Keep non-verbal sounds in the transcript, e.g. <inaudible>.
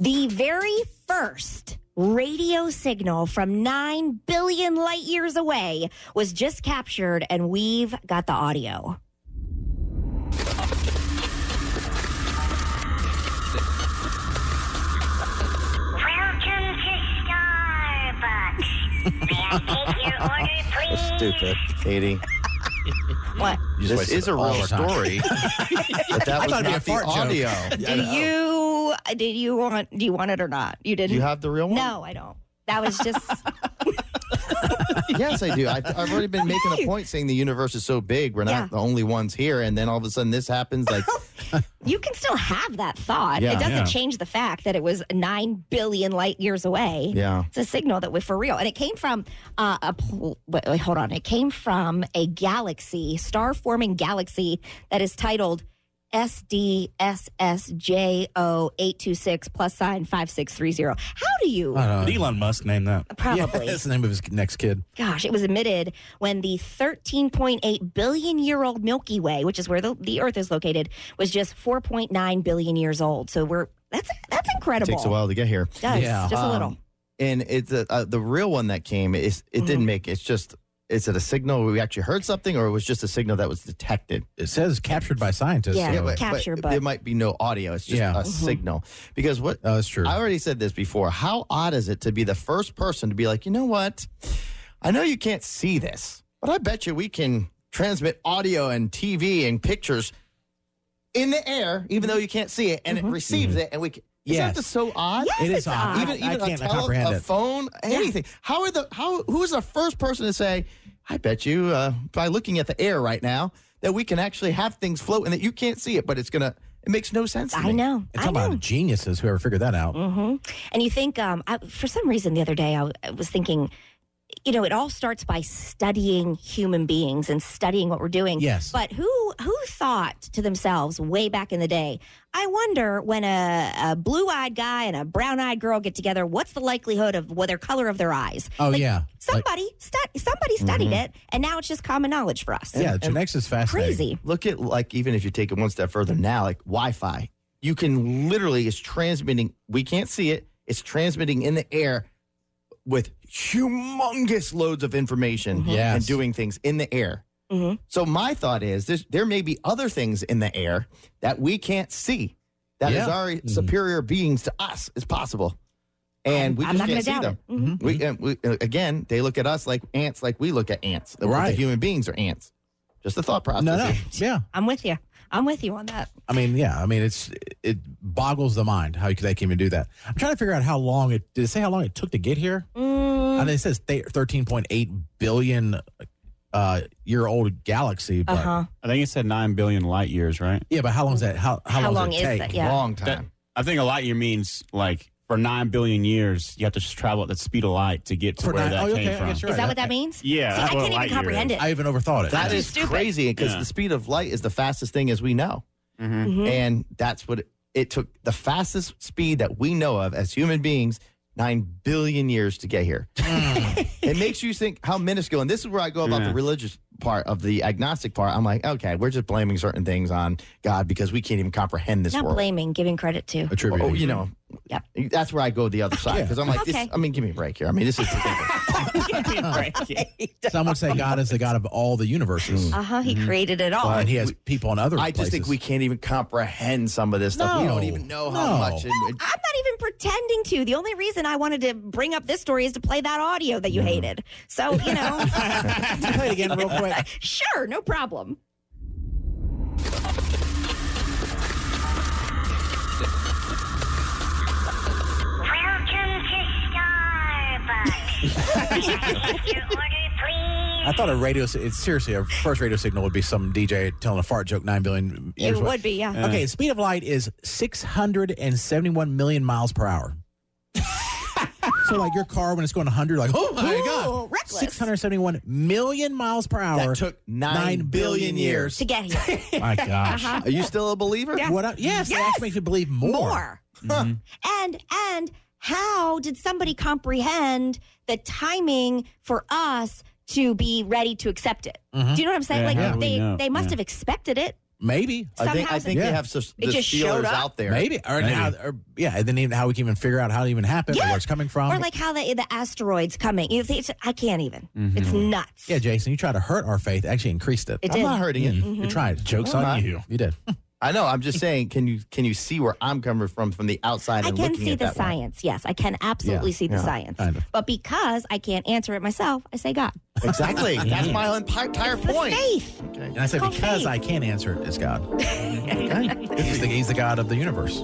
The very first radio signal from 9 billion light years away was just captured, and we've got the audio. Welcome to Starbucks. May I take your order, please? Stupid, Katie. What? You This just wasted is a all real the <laughs> time. <laughs> story, but that was thought it'd be a not the fart joke. audio. Do you did you want do you want it or not? You Do didn't. <laughs> you have the real one? no, I don't. That was just <laughs> Yes, I do. I, I've already been making <laughs> a point saying the universe is so big, we're not Yeah. the only ones here, and then all of a sudden this happens. Like, you can still have that thought. Yeah. it doesn't Yeah. change the fact that it was nine billion light years away. yeah, It's a signal that we're for real, and it came from uh, a pl- wait, wait, hold on. It came from a galaxy, star-forming galaxy that is titled SDSSJO eight two six plus sign five six three zero. How do you? Uh, I don't know. Elon Musk named that. Yeah, Probably. that's the name of his next kid. gosh, it was emitted when the 13.8 billion year old Milky Way, which is where the, the Earth is located, was just 4.9 billion years old. So we're that's that's it incredible. takes a while to get here. It does Yeah. just a Um, little. And it's uh, uh, the real one that came. Is it Mm-hmm. didn't make. It's just. Is it a signal we actually heard something, or it was just a signal that was detected? It says captured by scientists. Yeah. so- but- Capture, Mm-hmm. but- there might be no audio. It's just Yeah. a signal because what Oh, that's true. I already said this before. How odd is it to be the first person to be like, you know what? I know you can't see this, but I bet you we can transmit audio and TV and pictures in the air, even though you can't see it, and it receives it, and we. Can, Isn't Mm-hmm. Yes. that so odd? Yes, It is it's odd. odd. Even I even a, can't tele- comprehend a it. phone, anything. How are the how? Who is the first person to say? I bet you uh, by looking at the air right now that we can actually have things float and that you can't see it, but it's gonna. It makes no sense. To I me. know. It's I know. about geniuses, whoever figured that out. hmm And you think, um, I, for some reason, the other day I, I was thinking, you know, it all starts by studying human beings and studying what we're doing. Yes. But who who thought to themselves way back in the day? I wonder when a, a blue eyed guy and a brown eyed girl get together, what's the likelihood of what their color of their eyes? Oh, Like, yeah. Like, Somebody stud- somebody studied it, and now it's just common knowledge for us. yeah, genetics is fascinating. Crazy. look at like even if you take it one step further now, like Wi-Fi, you can literally it's transmitting. We can't see it. It's transmitting in the air with humongous loads of information Mm-hmm. Yes. and doing things in the air. Mhm. So my thought is there's, there may be other things in the air that we can't see that is Yeah. our Mm-hmm. Mhm. superior beings to us is possible, and we I'm just not gonna can't see doubt them. it. Mm-hmm. Mhm. We, and we uh, again, they look at us like ants, like we look at ants. But The Right. human beings are ants. Just a thought process. No, no. here. <laughs> Yeah. I'm with you. I'm with you on that. I mean, yeah. I mean, it's it boggles the mind how they can even do that. I'm trying to figure out how long it did it say how long it took to get here. Mm, I mean, it says th- 13.8 billion uh, year old galaxy, but uh huh. I think it said nine billion light years, right? yeah. But how long is that? How how, How does long it is take? that? Yeah. Long That- time. I think a light year means like for nine billion years, you have to travel at the speed of light to get to For where nine- that oh, okay, came I from. guess you're Is right. that what that means? Yeah, See, that's I what can't a light even year comprehend is. it. I even overthought it. That too <laughs> is stupid. crazy because Yeah. the speed of light is the fastest thing as we know. Mhm. Mhm. And that's what it, it took the fastest speed that we know of as human beings, nine billion years to get here. Mm. <laughs> it makes you think how minuscule. And this is where I go about the Yeah. religious part of the agnostic part. I'm like, okay, we're just blaming certain things on God because we can't even comprehend this Not world. blaming, giving credit to. Attributed. Oh, <laughs> you know, Yep. that's where I go the other side Yeah. because I'm like, this, Okay. I mean, give me a break here. I mean, this is Some would say God is the God of all the universes, Uh huh. He Mm-hmm. created it all. and He has people in other. I just think places. we can't even comprehend some of this stuff. We don't No. even know how No. much. And, I'm not even pretending to. The only reason I wanted to bring up this story is to play that audio that you Mm-hmm. hated. So, you <laughs> know, play it again real quick. sure, no problem. Welcome to Starbucks. May I take your order, please? <laughs> I thought a radio. si- It's seriously a first radio signal would be some DJ telling a fart joke nine billion years. it away. would be, yeah. uh, Okay, speed of light is 671 million miles <laughs> per hour. so, like your car when it's going 100, like, oh my Ooh, God. reckless. 671 million miles per hour. That took nine billion years. To get <laughs> here. <laughs> my gosh. Uh-huh. Are you still a believer? Yeah. What I, yes, that Yes. actually makes me believe more. More. Huh. Mm-hmm. And, and how did somebody comprehend the timing for us to be ready to accept it? Mhm. Do you know what I'm saying? Mm-hmm. Yeah, how like, do we they, know? they must Yeah. have expected it. Maybe. I think I Somehow- think Yeah. they have some It the just showed Steelers up? out there. Maybe. Or, Maybe. How, or yeah, and then even how we can even figure out how it even happened, or Yeah. where it's coming from. Or like how the, the asteroids coming. You think it's, I can't even. Mm-hmm. It's nuts. yeah, Jason, you tried to hurt our faith, actually increased it. It I'm did. Mm-hmm. not hurting it. You tried. Joke's I'm on not. you. You did. I know. I'm just saying. Can you can you see where I'm coming from from the outside? I and can looking see at the that one? science. Yes, I can absolutely see the yeah, science. kind of. But because I can't answer it myself, I say God. <laughs> Exactly. That's my entire The point. faith. Okay. <laughs> And I said, called because faith. <laughs> I can't answer it as God. he's, the, he's the God of the universe.